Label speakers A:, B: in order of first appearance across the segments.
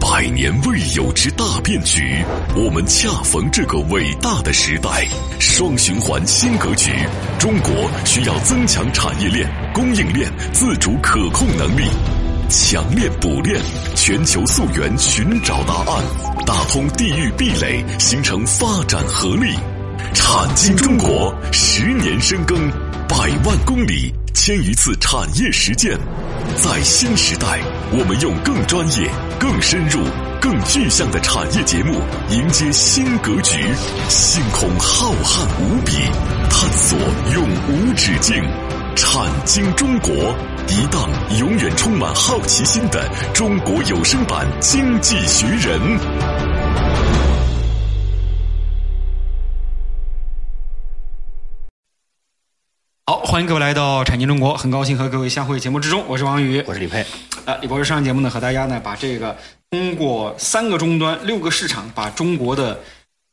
A: 百年未有之大变局，我们恰逢这个伟大的时代。双循环新格局，中国需要增强产业链、供应链自主可控能力，强链补链，全球溯源寻找答案，打通地域壁垒，形成发展合力。产经中国十年深耕，百万公里，千余次产业实践。在新时代，我们用更专业、更深入、更具象的产业节目，迎接新格局。星空浩瀚无比，探索永无止境。产经中国，一档永远充满好奇心的中国有声版《经济学人》。
B: 好，欢迎各位来到《产经中国》，很高兴和各位相会节目之中，我是王宇，
C: 我是李佩。
B: 啊，李博士上一节目呢，和大家呢把这个通过三个终端、六个市场，把中国的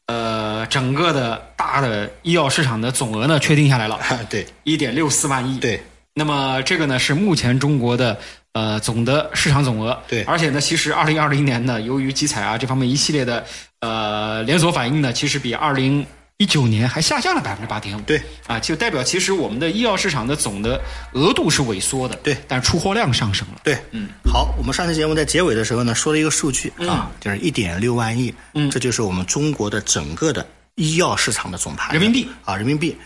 B: 呃整个的大的医药市场的总额呢确定下来了，
C: 啊，对
B: 一点六四万亿。，
C: 对
B: 那么这个呢是目前中国的呃总的市场总额。
C: 对
B: 而且呢，其实二零二零年呢，由于集采啊这方面一系列的呃连锁反应呢，其实比二零一九年还下降了百分之八点五。
C: 对
B: 啊，就代表其实我们的医药市场的总的额度是萎缩的，
C: 对
B: 但出货量上升了。
C: 对，嗯，好，我们上期节目在结尾的时候呢，说了一个数据啊，就是一点六万亿，嗯，这就是我们中国的整个的医药市场的总盘
B: 人民币
C: 啊，人民币。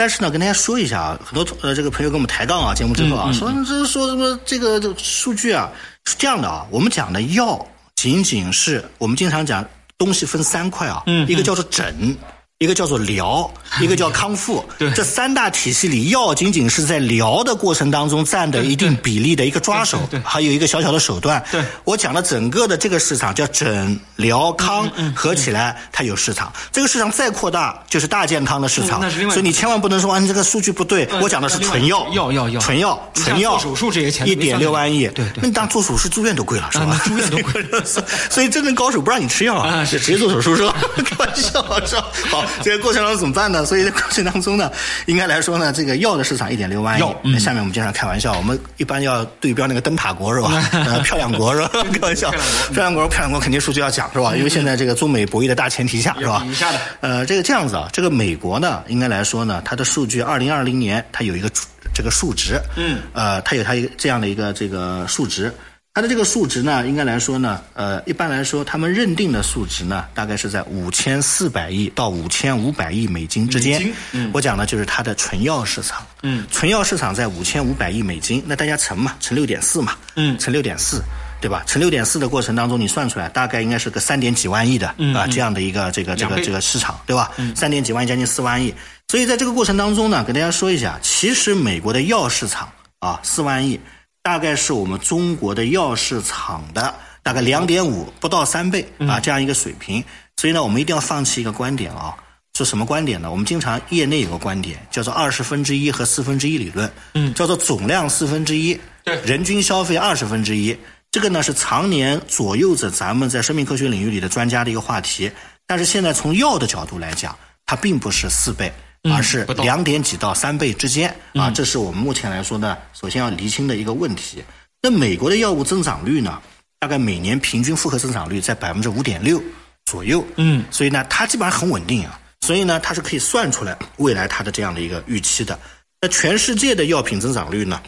C: 但是呢，跟大家说一下啊，很多呃这个朋友跟我们抬杠啊，节目之后啊，说这说什么这个这个数据啊是这样的啊，我们讲的药仅仅是我们经常讲东西分三块啊，嗯，一个叫做诊。一个叫做疗，一个叫康复，
B: 对
C: 这三大体系里，药仅仅是在疗的过程当中占的一定比例的一个抓手，
B: 对对对
C: 还有一个小小的手段。
B: 对
C: 我讲的整个的这个市场叫诊疗
B: 嗯
C: 康合起来，它有市场。这个市场再扩大，就是大健康的市场。
B: 嗯那是另外一个
C: 所以你千万不能说啊，你这个数据不对。
B: 嗯
C: 我讲的是纯药，
B: 那另外一个药药药
C: 纯药，
B: 你像
C: 纯药。
B: 做手术这些钱
C: 一点六万亿，
B: 对对
C: 那你当做手术住院都贵了是
B: 啊
C: 吧？
B: 那住院都贵
C: 所以真正高手不让你吃药
B: 啊是
C: 就直接做手术是吧？ 开玩笑是吧？好，这个过程当中怎么办呢？所以这过程当中呢，应该来说呢，这个药的市场一点六万亿
B: 药。嗯
C: 下面我们经常开玩笑，我们一般要对标那个灯塔 国是吧？呃，漂亮国是吧？开玩笑，
B: 嗯
C: 漂亮国，漂亮国肯定数据要讲是吧？因为现在这个中美博弈的大前提下是吧
B: 有？底下的
C: 呃，这个这样子啊，这个美国呢，应该来说呢，它的数据，二零二零年它有一个这个数值，嗯，呃，它有它一个这样的一个这个数值，它的这个数值呢，应该来说呢，呃，一般来说，他们认定的数值呢，大概是在五千四百亿到五千五百亿美金之间
B: 美金。
C: 嗯，我讲的就是它的纯药市场。嗯，纯药市场在五千五百亿美金，那大家乘嘛，乘六点四嘛。嗯，乘六点四。对吧？乘六点四的过程当中，你算出来大概应该是个三点几万亿的、啊这样的一个这个这
B: 两
C: 个
B: 倍嗯
C: 这个市场，对吧？三点几万亿将近四万亿，所以在这个过程当中呢，跟大家说一下，其实美国的药市场啊，四万亿，大概是我们中国的药市场的大概两点五不到三倍
B: 嗯
C: 啊这样一个水平。所以呢，我们一定要放弃一个观点啊，是什么观点呢？我们经常业内有个观点叫做二十分之一和四分之一理论，嗯，叫做总量四分之一，
B: 对
C: 人均消费二十分之一。这个呢是常年左右着咱们在生命科学领域里的专家的一个话题。但是现在从药的角度来讲，它并不是四倍，而是
B: 嗯不到
C: 两点几到三倍之间啊，这是我们目前来说呢，首先要厘清的一个问题。那美国的药物增长率呢，大概每年平均复合增长率在百分之五点六左右，嗯，所以呢，它基本上很稳定啊，所以呢，它是可以算出来未来它的这样的一个预期的。那全世界的药品增长率呢，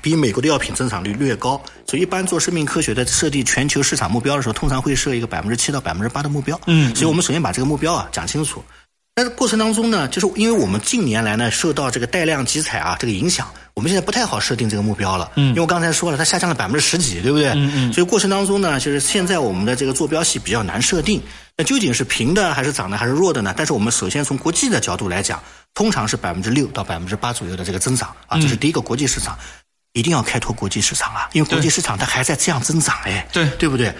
C: 比美国的药品增长率略高，所以一般做生命科学的设定全球市场目标的时候，通常会设一个百分之七到百分之八的目标。嗯，所以我们首先把这个目标啊讲清楚。但是过程当中呢，就是因为我们近年来呢受到这个带量集采啊这个影响，我们现在不太好设定这个目标了。嗯，因为我刚才说了，它下降了百分之十几，对不对？嗯嗯。所以过程当中呢，就是现在我们的这个坐标系比较难设定。那究竟是平的还是涨的还是弱的呢？但是我们首先从国际的角度来讲，通常是百分之六到百分之八左右的这个增长啊，这是第一个国际市场。一定要开拓国际市场啊，因为国际市场它还在这样增长哎，
B: 对
C: 对不对？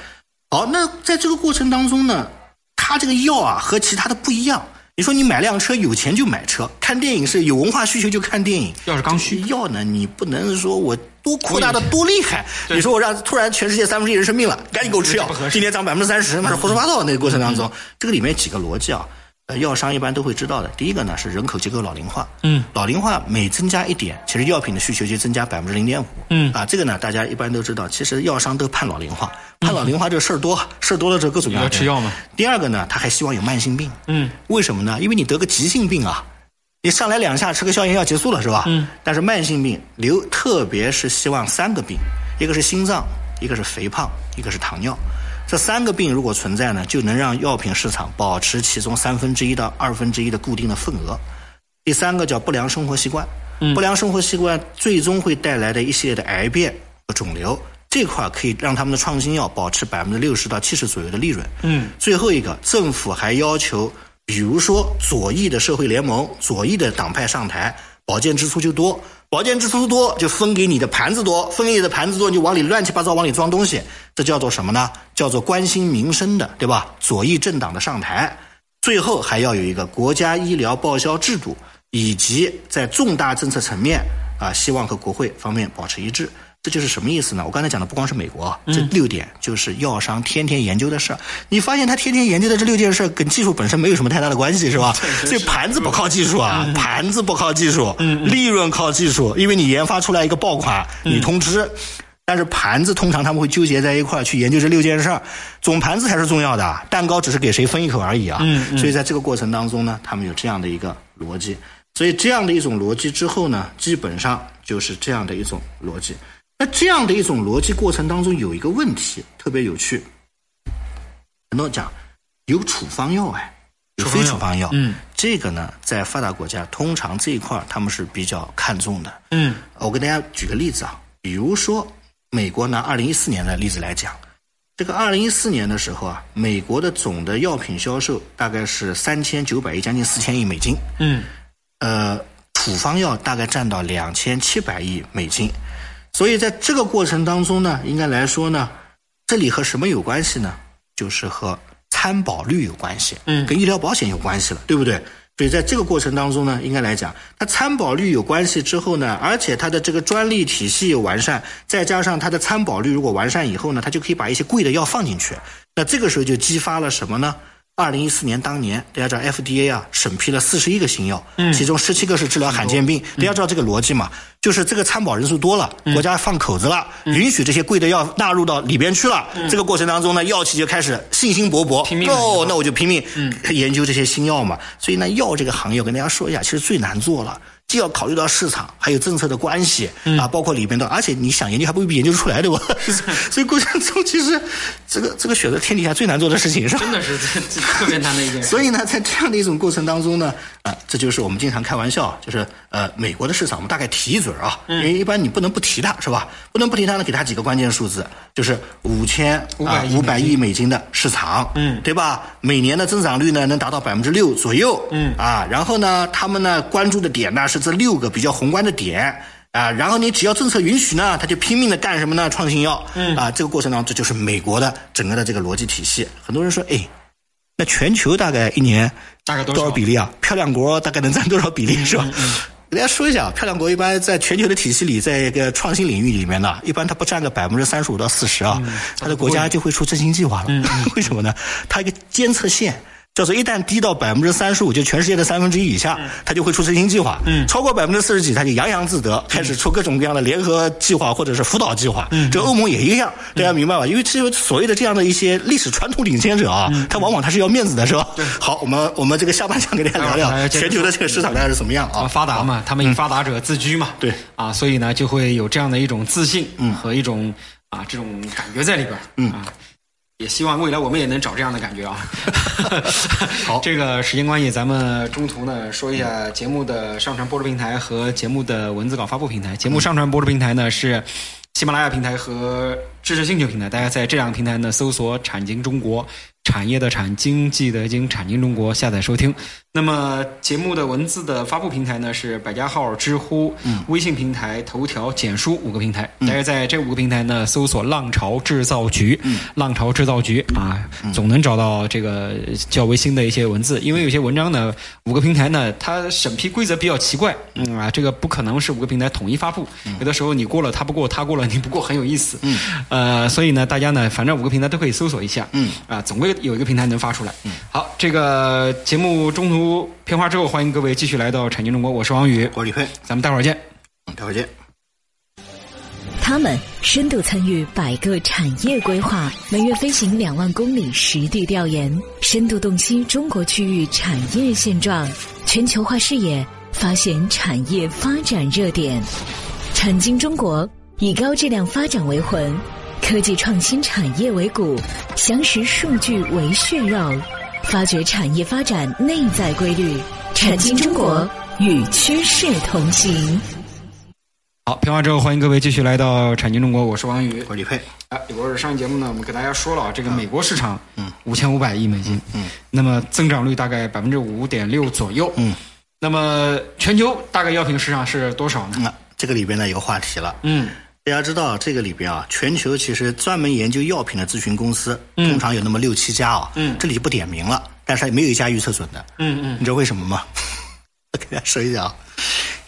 C: 好，那在这个过程当中呢，它这个药啊和其他的不一样。你说你买辆车有钱就买车，看电影是有文化需求就看电影，
B: 要是刚需
C: 药呢，你不能说我多扩大的多厉害，你说我让突然全世界三分之一人生病了，赶紧给我吃药
B: 嗯不合，适嗯
C: 今天涨百分之三十，那是胡说八道。那个过程当中，这个里面几个逻辑啊，呃，药商一般都会知道的。第一个呢是人口结构老龄化，
B: 嗯，
C: 老龄化每增加一点，其实药品的需求就增加百分之零点五，
B: 嗯
C: 啊，这个呢大家一般都知道，其实药商都盼老龄化，盼老龄化这个事儿多，事儿多了之后各种各样
B: 要
C: 的
B: 吃药嘛。
C: 第二个呢，他还希望有慢性病，
B: 嗯，
C: 为什么呢？因为你得个急性病啊，你上来两下吃个消炎药结束了是吧？
B: 嗯。
C: 但是慢性病留，特别是希望三个病，一个是心脏，一个是肥胖，一个是糖尿。这三个病如果存在呢，就能让药品市场保持其中三分之一到二分之一的固定的份额。第三个叫不良生活习惯，
B: 嗯
C: 不良生活习惯最终会带来的一系列的癌变和肿瘤，这块儿可以让他们的创新药保持百分之六十到七十左右的利润。
B: 嗯，
C: 最后一个，政府还要求，比如说左翼的社会联盟、左翼的党派上台，保健支出就多，保健支出多就分给你的盘子多，分给你的盘子多，你就往里乱七八糟往里装东西，这叫做什么呢？叫做关心民生的，对吧？左翼政党的上台。最后还要有一个国家医疗报销制度，以及在重大政策层面啊，希望和国会方面保持一致。这就是什么意思呢？我刚才讲的不光是美国，啊，
B: 嗯
C: 这六点就是药商天天研究的事儿。你发现他天天研究的这六件事儿跟技术本身没有什么太大的关系，是吧？所以盘子不靠技术啊，
B: 嗯
C: 盘子不靠技术，利润靠技术，因为你研发出来一个爆款，
B: 嗯
C: 你通知。但是盘子通常他们会纠结在一块儿去研究这六件事儿，总盘子才是重要的，蛋糕只是给谁分一口而已啊。
B: 嗯嗯
C: 所以在这个过程当中呢，他们有这样的一个逻辑，所以这样的一种逻辑之后呢，基本上就是这样的一种逻辑。那这样的一种逻辑过程当中有一个问题特别有趣，很多人讲有处方药哎，有非处方药，
B: 嗯，
C: 这个呢在发达国家通常这一块儿他们是比较看重的，
B: 嗯
C: 我给大家举个例子啊，比如说美国拿二零一四年的例子来讲，这个二零一四年的时候啊，美国的总的药品销售大概是三千九百亿，将近四千亿美金，
B: 嗯
C: 呃，处方药大概占到两千七百亿美金，所以在这个过程当中呢，应该来说呢，这里和什么有关系呢？就是和参保率有关系，
B: 嗯
C: 跟医疗保险有关系了，对不对？所以在这个过程当中呢，应该来讲，它参保率有关系之后呢，而且它的这个专利体系有完善，再加上它的参保率如果完善以后呢，它就可以把一些贵的药放进去。那这个时候就激发了什么呢？二零一四年当年，大家知道 FDA 啊审批了四十一个新药，
B: 嗯
C: 其中十七个是治疗罕见病。大家知道这个逻辑嘛？就是这个参保人数多了，
B: 嗯
C: 国家放口子了，允许这些贵的药纳入到里边去了。这个过程当中呢，药企就开始信心勃勃，
B: 嗯拼命地
C: 哦，那我就拼命
B: 嗯
C: 研究这些新药嘛。所以呢，药这个行业，我跟大家说一下，其实最难做了。既要考虑到市场，还有政策的关系、
B: 嗯
C: 啊，包括里面的，而且你想研究还不一定研究出来，对吧？ 所以过程中其实这个这个选择天底下最难做的事情，是吧？
B: 真的是这这特别难的一件事。
C: 所以呢，在这样的一种过程当中呢，啊、这就是我们经常开玩笑，就是呃，美国的市场我们大概提一嘴儿啊，因为一般你不能不提它，是吧？不能不提它呢，给它几个关键数字，就是五千
B: 500
C: 啊
B: 亿
C: 五百亿美金的市场，
B: 嗯
C: 对吧？每年的增长率呢能达到百分之六左右，
B: 嗯
C: 啊，然后呢，他们呢关注的点呢是这六个比较宏观的点。啊，然后你只要政策允许呢，他就拼命的干什么呢？创新药，嗯啊，这个过程当中，这就是美国的整个的这个逻辑体系。很多人说，哎，那全球大概一年
B: 大概多
C: 多
B: 少嗯
C: 少比例啊？漂亮国大概能占多少比例是吧？给大家说一下，漂亮国一般在全球的体系里，在一个创新领域里面呢，一般它不占个百分之三十五到四十啊，
B: 嗯
C: 它的国家就会出振兴计划了。 为什么呢？它一个监测线。叫做一旦低到百分之三十五，就全世界的三分之一以下，它就会出振兴计划。嗯，超过百分之四十几，它就洋洋自得，开始出各种各样的联合计划或者是辅导计划。嗯，这欧盟也一样，大家明白吧？因为这个所谓的这样的一些历史传统领先者啊，他往往他是要面子的，是吧？好，我们我们这个下半场给大家聊
B: 待会儿
C: 聊
B: 还是
C: 全球的这个市场大概是怎么样
B: 他
C: 啊？嗯
B: 们发达嘛，他们以发达者自居嘛，
C: 对嗯
B: 啊，所以呢就会有这样的一种自信和一种啊这种感觉在里边，嗯啊，也希望未来我们也能找这样的感觉啊。
C: 好
B: 这个时间关系，咱们中途呢说一下节目的上传播出平台和节目的文字稿发布平台。节目上传播出平台呢是。喜马拉雅平台和知识星球平台，大家在这两个平台呢搜索“产经中国”，产业的产，经济的经，产经中国下载收听。那么节目的文字的发布平台呢是百家号、知乎、微信平台、头条、简书五个平台。大家在这五个平台呢搜索“浪潮制造局”，浪潮制造局啊，总能找到这个较为新的一些文字。因为有些文章呢，五个平台呢它审批规则比较奇怪，嗯啊，这个不可能是五个平台统一发布，有的时候你过了他不过，他过了你不过，很有意思。嗯呃，所以呢，大家呢，反正五个平台都可以搜索一下，
C: 嗯，
B: 啊，总归有一个平台能发出来。好，这个节目中途片花之后，欢迎各位继续来到产经中国，我是王宇，
C: 我是李佩，
B: 咱们待会儿见。
C: 嗯待会儿见。
D: 他们深度参与百个产业规划，每月飞行两万公里实地调研，深度洞悉中国区域产业现状，全球化视野，发现产业发展热点。产经中国以高质量发展为魂，科技创新产业为骨，详实数据为血肉，发掘产业发展内在规律。产经中国与趋势同行。
B: 好，片花之后，欢迎各位继续来到产经中国，我是王宇。
C: 我是李佩，
B: 啊，李博士，上一节目呢，我们给大家说了啊这个美国市场，嗯，五千五百亿美金，嗯，那么增长率大概百分之五点六左右，
C: 嗯，
B: 那么全球大概药品市场是多少呢？
C: 那、嗯这个里边呢有个话题了。
B: 嗯，
C: 大家知道这个里边啊，全球其实专门研究药品的咨询公司，通常有那么六七家啊，
B: 嗯
C: 这里就不点名了，但是没有一家预测准的。
B: 嗯嗯，
C: 你知道为什么吗？ 我给大家说一下啊，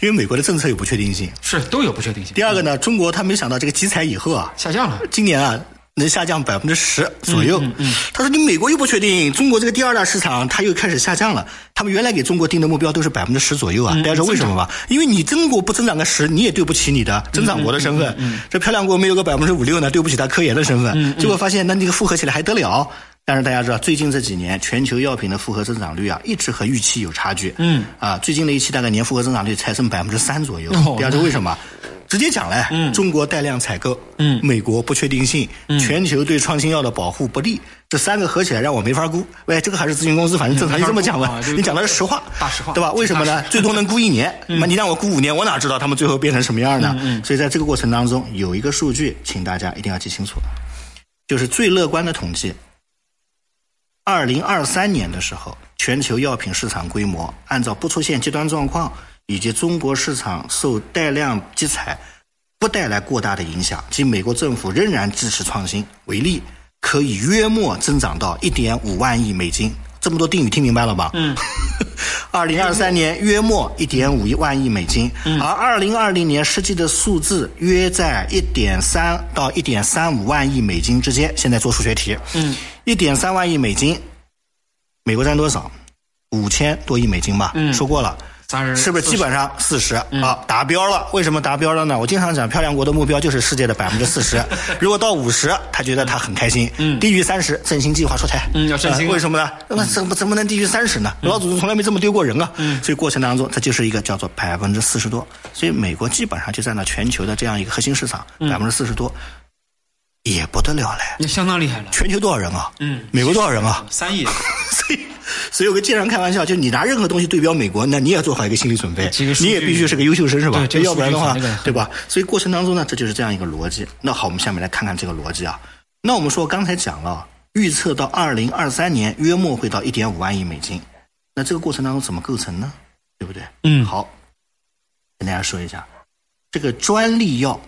C: 因为美国的政策有不确定性。
B: 是都有不确定性。
C: 第二个呢，中国他没想到这个集采以后啊，
B: 下降了，
C: 今年啊能下降百分之十左右。他说你美国又不确定，中国这个第二大市场它又开始下降了。他们原来给中国定的目标都是百分之十左右啊，大家知道为什么吧？因为你中国不增长个十，你也对不起你的增长国的身份。这漂亮国没有个百分之五六呢，对不起它科研的身份。结果发现那那个复合起来还得了？但是大家知道，最近这几年全球药品的复合增长率啊，一直和预期有差距。嗯，啊，最近的一期大概年复合增长率才剩百分之三左右。
B: 哦
C: 大家知道为什么？直接讲嘞，中国带量采购，
B: 嗯
C: 美国不确定性，全球对创新药的保护不利，这三个合起来让我没法估。喂，这个还是咨询公司，反正正常就这么讲
B: 没
C: 吧
B: 法估啊。
C: 你讲的是实话，
B: 大实话嗯
C: 对吧？为什么
B: 大
C: 呢
B: 实？话
C: 最多能估一年，那你让我估五年，我哪知道他们最后变成什么样呢？
B: 嗯
C: 所以在这个过程当中，有一个数据，请大家一定要记清楚，就是最乐观的统计。二零二三年的时候，全球药品市场规模按照不出现极端状况以及中国市场受带量集采不带来过大的影响，即美国政府仍然支持创新为例，可以约莫增长到一点五万亿美金。这么多定语听明白了吧？嗯。 二零二三年约莫一点五万亿美金，而二零二零年实际的数字约在一点三到一点三五万亿美金之间。现在做数学题，嗯，一点三万亿美金，美国占多少？五千多亿美金吧，嗯说过了。
B: 30
C: 是不是基本上四十
B: 嗯
C: 啊？达标了。为什么达标了呢？我经常讲，漂亮国的目标就是世界的百分之四 十。如果到五十，他觉得他很开心。低于三十，振兴计划出台。
B: 嗯嗯要嗯振兴
C: 呃为什么呢？那怎么怎么能低于三十呢？老祖宗从来没这么丢过人啊！
B: 嗯
C: 所以过程当中，它就是一个叫做百分之四十多。所以美国基本上就占到全球的这样一个核心市场，
B: 嗯
C: 百分之四十多，也不得了嘞。
B: 也相当厉害了，
C: 全球多少人啊？
B: 嗯
C: 美国多少人啊？
B: 三亿。
C: 所以，所以我跟经常开玩笑，就你拿任何东西对标美国，那你也做好一个心理准备
B: 这哎个，数据
C: 你也必须是个优秀生，是吧？
B: 对这个
C: 要不然的话
B: 数据很那个，
C: 对吧？所以过程当中呢，这就是这样一个逻辑。那好，我们下面来看看这个逻辑啊。那我们说刚才讲了，啊预测到二零二三年约莫会到一点五万亿美金，那这个过程当中怎么构成呢？对不对？
B: 嗯
C: 好，跟大家说一下，这个专利药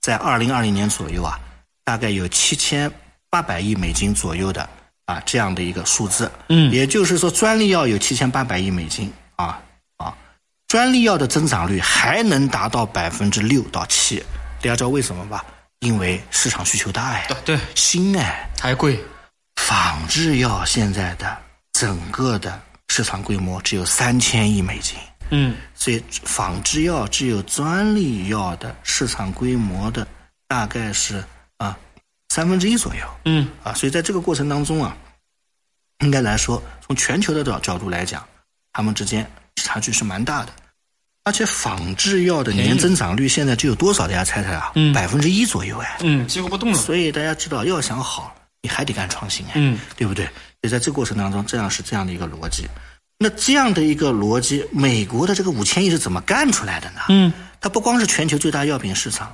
C: 在二零二零年左右啊，大概有七千八百亿美金左右的啊这样的一个数字。
B: 嗯
C: 也就是说，专利药有七千八百亿美金啊啊，专利药的增长率还能达到百分之六到七。大家知道为什么吧？因为市场需求大哎，
B: 对，
C: 新哎，
B: 还贵，
C: 仿制药现在的整个的市场规模只有三千亿美金。
B: 嗯，
C: 所以仿制药只有专利药的市场规模的大概是啊三分之一左右。
B: 嗯
C: 啊，所以在这个过程当中啊，应该来说，从全球的角角度来讲，他们之间差距是蛮大的。而且仿制药的年增长率现在只有多少？大家猜猜啊？百分之一左右哎。
B: 嗯，几乎不动了。
C: 所以大家知道，要想好，你还得干创新哎，
B: 嗯
C: 对不对？所以在这过程当中，这样是这样的一个逻辑。那这样的一个逻辑，美国的这个五千亿是怎么干出来的呢？
B: 嗯，
C: 它不光是全球最大药品市场，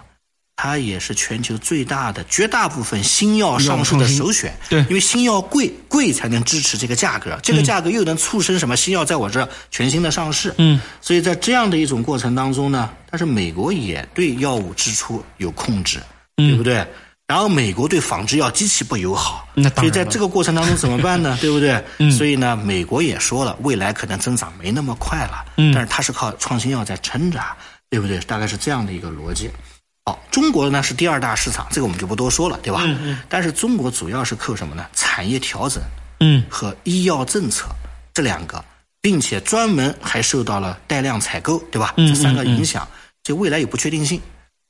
C: 它也是全球最大的绝大部分新药上市的首选。
B: 对
C: 因为新药贵，贵才能支持这个价格，这个价格又能促生什么新药在我这儿全新的上市。
B: 嗯，
C: 所以在这样的一种过程当中呢，但是美国也对药物支出有控制，
B: 嗯
C: 对不对？然后美国对仿制药极其不友好，
B: 那当然
C: 所以在
B: 了嗯
C: 这个过程当中怎么办 呢？对不对？所以呢，美国也说了，未来可能增长没那
B: 嗯
C: 么快了，但是它是靠创新药在撑着，对不对？大概是这样的一个逻辑。好好，中国呢是第二大市场，这个我们就不多说了，对吧？
B: 嗯嗯。
C: 但是中国主要是靠什么呢？产业调整
B: 嗯
C: 和医药政策这两个，并且专门还受到了带量采购，对吧？
B: 嗯
C: 这三个影响，所以未来有不确定性。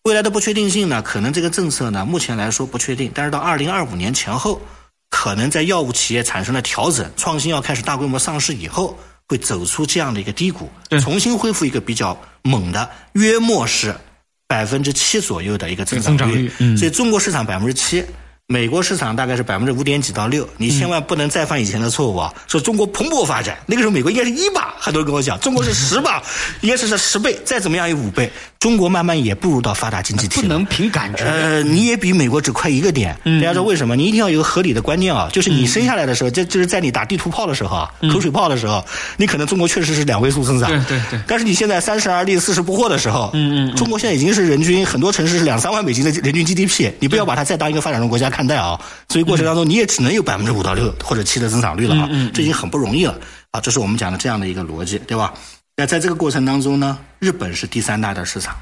C: 未来的不确定性呢，可能这个政策呢，目前来说不确定，但是到二零二五年前后，可能在药物企业产生了调整，创新药开始大规模上市以后，会走出这样的一个低谷，
B: 对
C: 重新恢复一个比较猛的，约莫是百分之七左右的一个增
B: 增
C: 长
B: 长
C: 率
B: 率。嗯
C: 所以中国市场百分之七。美国市场大概是百分之五点几到六，你
B: 嗯
C: 千万不能再犯以前的错误啊！说中国蓬勃发展，那个时候美国应该是一吧，很多人跟我讲，中国是十 吧，应该是是十倍，再怎么样也五倍。中国慢慢也步入到发达经济体
B: 不
C: 了。
B: 能凭感觉。
C: 嗯呃，你也比美国只快一个点。
B: 嗯
C: 大家说为什么？你一定要有个合理的观念啊，就是你生下来的时候，这就是在你打地图炮的时候啊，口水炮的时候，你可能中国确实是两位数增长。
B: 嗯对对对
C: 但是你现在三十而立，四十不惑的时候，
B: 嗯嗯嗯
C: 中国现在已经是人均很多城市是两三万美金的人均 GDP，你不要把它再当一个发展中国家看待啊。所以过程当中，你也只能有百分之五到六或者七的增长率了啊，
B: 嗯
C: 这已经很不容易了啊。这是我们讲的这样的一个逻辑，对吧？那在这个过程当中呢，日本是第三大的市场，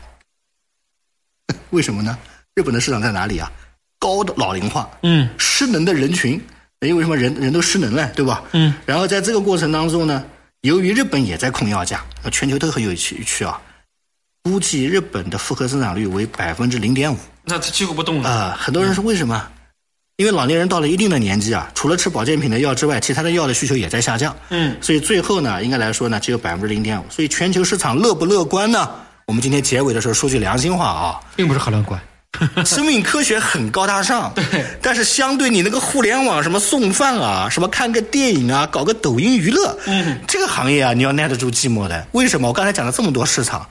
C: 为什么呢？日本的市场在哪里啊？高的老龄化，
B: 嗯，
C: 失能的人群，因为什么人人都失能了，对吧？嗯，然后在这个过程当中呢，由于日本也在控药价，呃全球都很有趣趣啊，估计日本的复合增长率为百分之零点五
B: 那他几乎不动了。
C: 啊，很多人说为什么？因为老年人到了一定的年纪啊，除了吃保健品的药之外，其他的药的需求也在下降。
B: 嗯
C: 所以最后呢，应该来说呢，只有百分之零点五。所以全球市场乐不乐观呢？我们今天结尾的时候说句良心话啊，
B: 并不是很乐观。
C: 生命科学很高大上，对，但是相对你那个互联网什么送饭啊，什么看个电影啊，搞个抖音娱乐，嗯，这个行业啊，你要耐得住寂寞的。为什么？我刚才讲了这么多市场，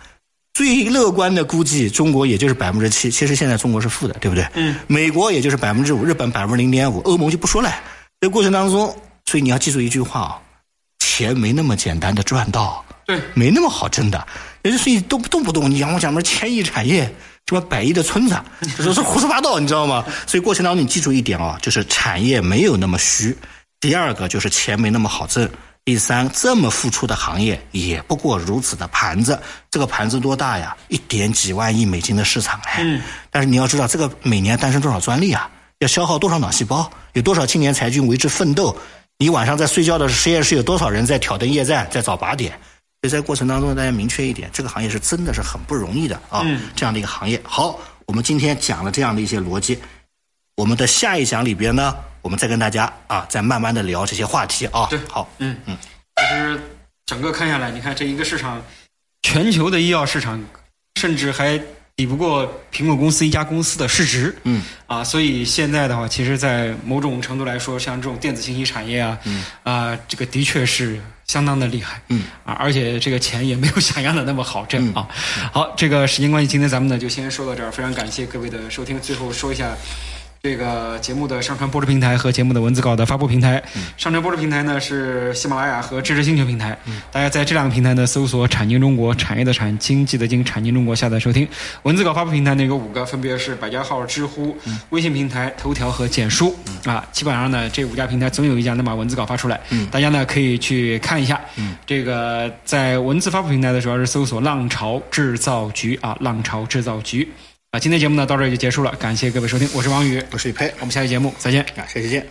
C: 最乐观的估计中国也就是百分之七，其实现在中国是负的，对不对？嗯，美国也就是百分之五，日本百分之零点五，欧盟就不说了。这个过程当中，所以你要记住一句话啊、钱没那么简单的赚到，
B: 对
C: 没那么好挣的。也就是你动动不动你讲我讲什么千亿产业，什么百亿的村子，这都是胡说八道，你知道吗？所以过程当中你记住一点啊、就是产业没有那么虚。第二个就是钱没那么好挣。第三，这么付出的行业也不过如此的盘子，这个盘子多大呀？一点几万亿美金的市场哎。但是你要知道，这个每年诞生多少专利啊？要消耗多少脑细胞？有多少青年才俊为之奋斗？你晚上在睡觉的实验室有多少人在挑灯夜战，在找靶点？所以在过程当中，大家明确一点，这个行业是真的是很不容易的啊，这样的一个行业。好，我们今天讲了这样的一些逻辑，我们的下一讲里边呢，我们再跟大家啊，再慢慢的聊这些话题啊。
B: 对
C: 好，
B: 嗯
C: 嗯，
B: 其实整个看下来，你看这一个市场，全球的医药市场，甚至还抵不过苹果公司一家公司的市值。
C: 嗯，
B: 啊，所以现在的话，其实，在某种程度来说，像这种电子信息产业啊，嗯，啊、这个的确是相当的厉害。
C: 嗯，
B: 啊，而且这个钱也没有想象的那么好挣
C: 嗯
B: 啊。好，这个时间关系，今天咱们呢就先说到这儿，非常感谢各位的收听。最后说一下。这个节目的上传播出平台和节目的文字稿的发布平台，上传播出平台呢是喜马拉雅和知识星球平台，大家在这两个平台呢搜索“产经中国”，产业的产，经济的经，产经中国下载收听。文字稿发布平台呢有五个，分别是百家号、知乎、微信平台、头条和简书啊。基本上呢这五家平台总有一家能把文字稿发出来，大家呢可以去看一下。这个在文字发布平台的主要是搜索“浪潮制造局”啊，“浪潮制造局”。啊，今天节目呢到这儿就结束了，感谢各位收听，我是王宇，
C: 我是宇佩，
B: 我们下期节目再见。
C: 啊，下期见。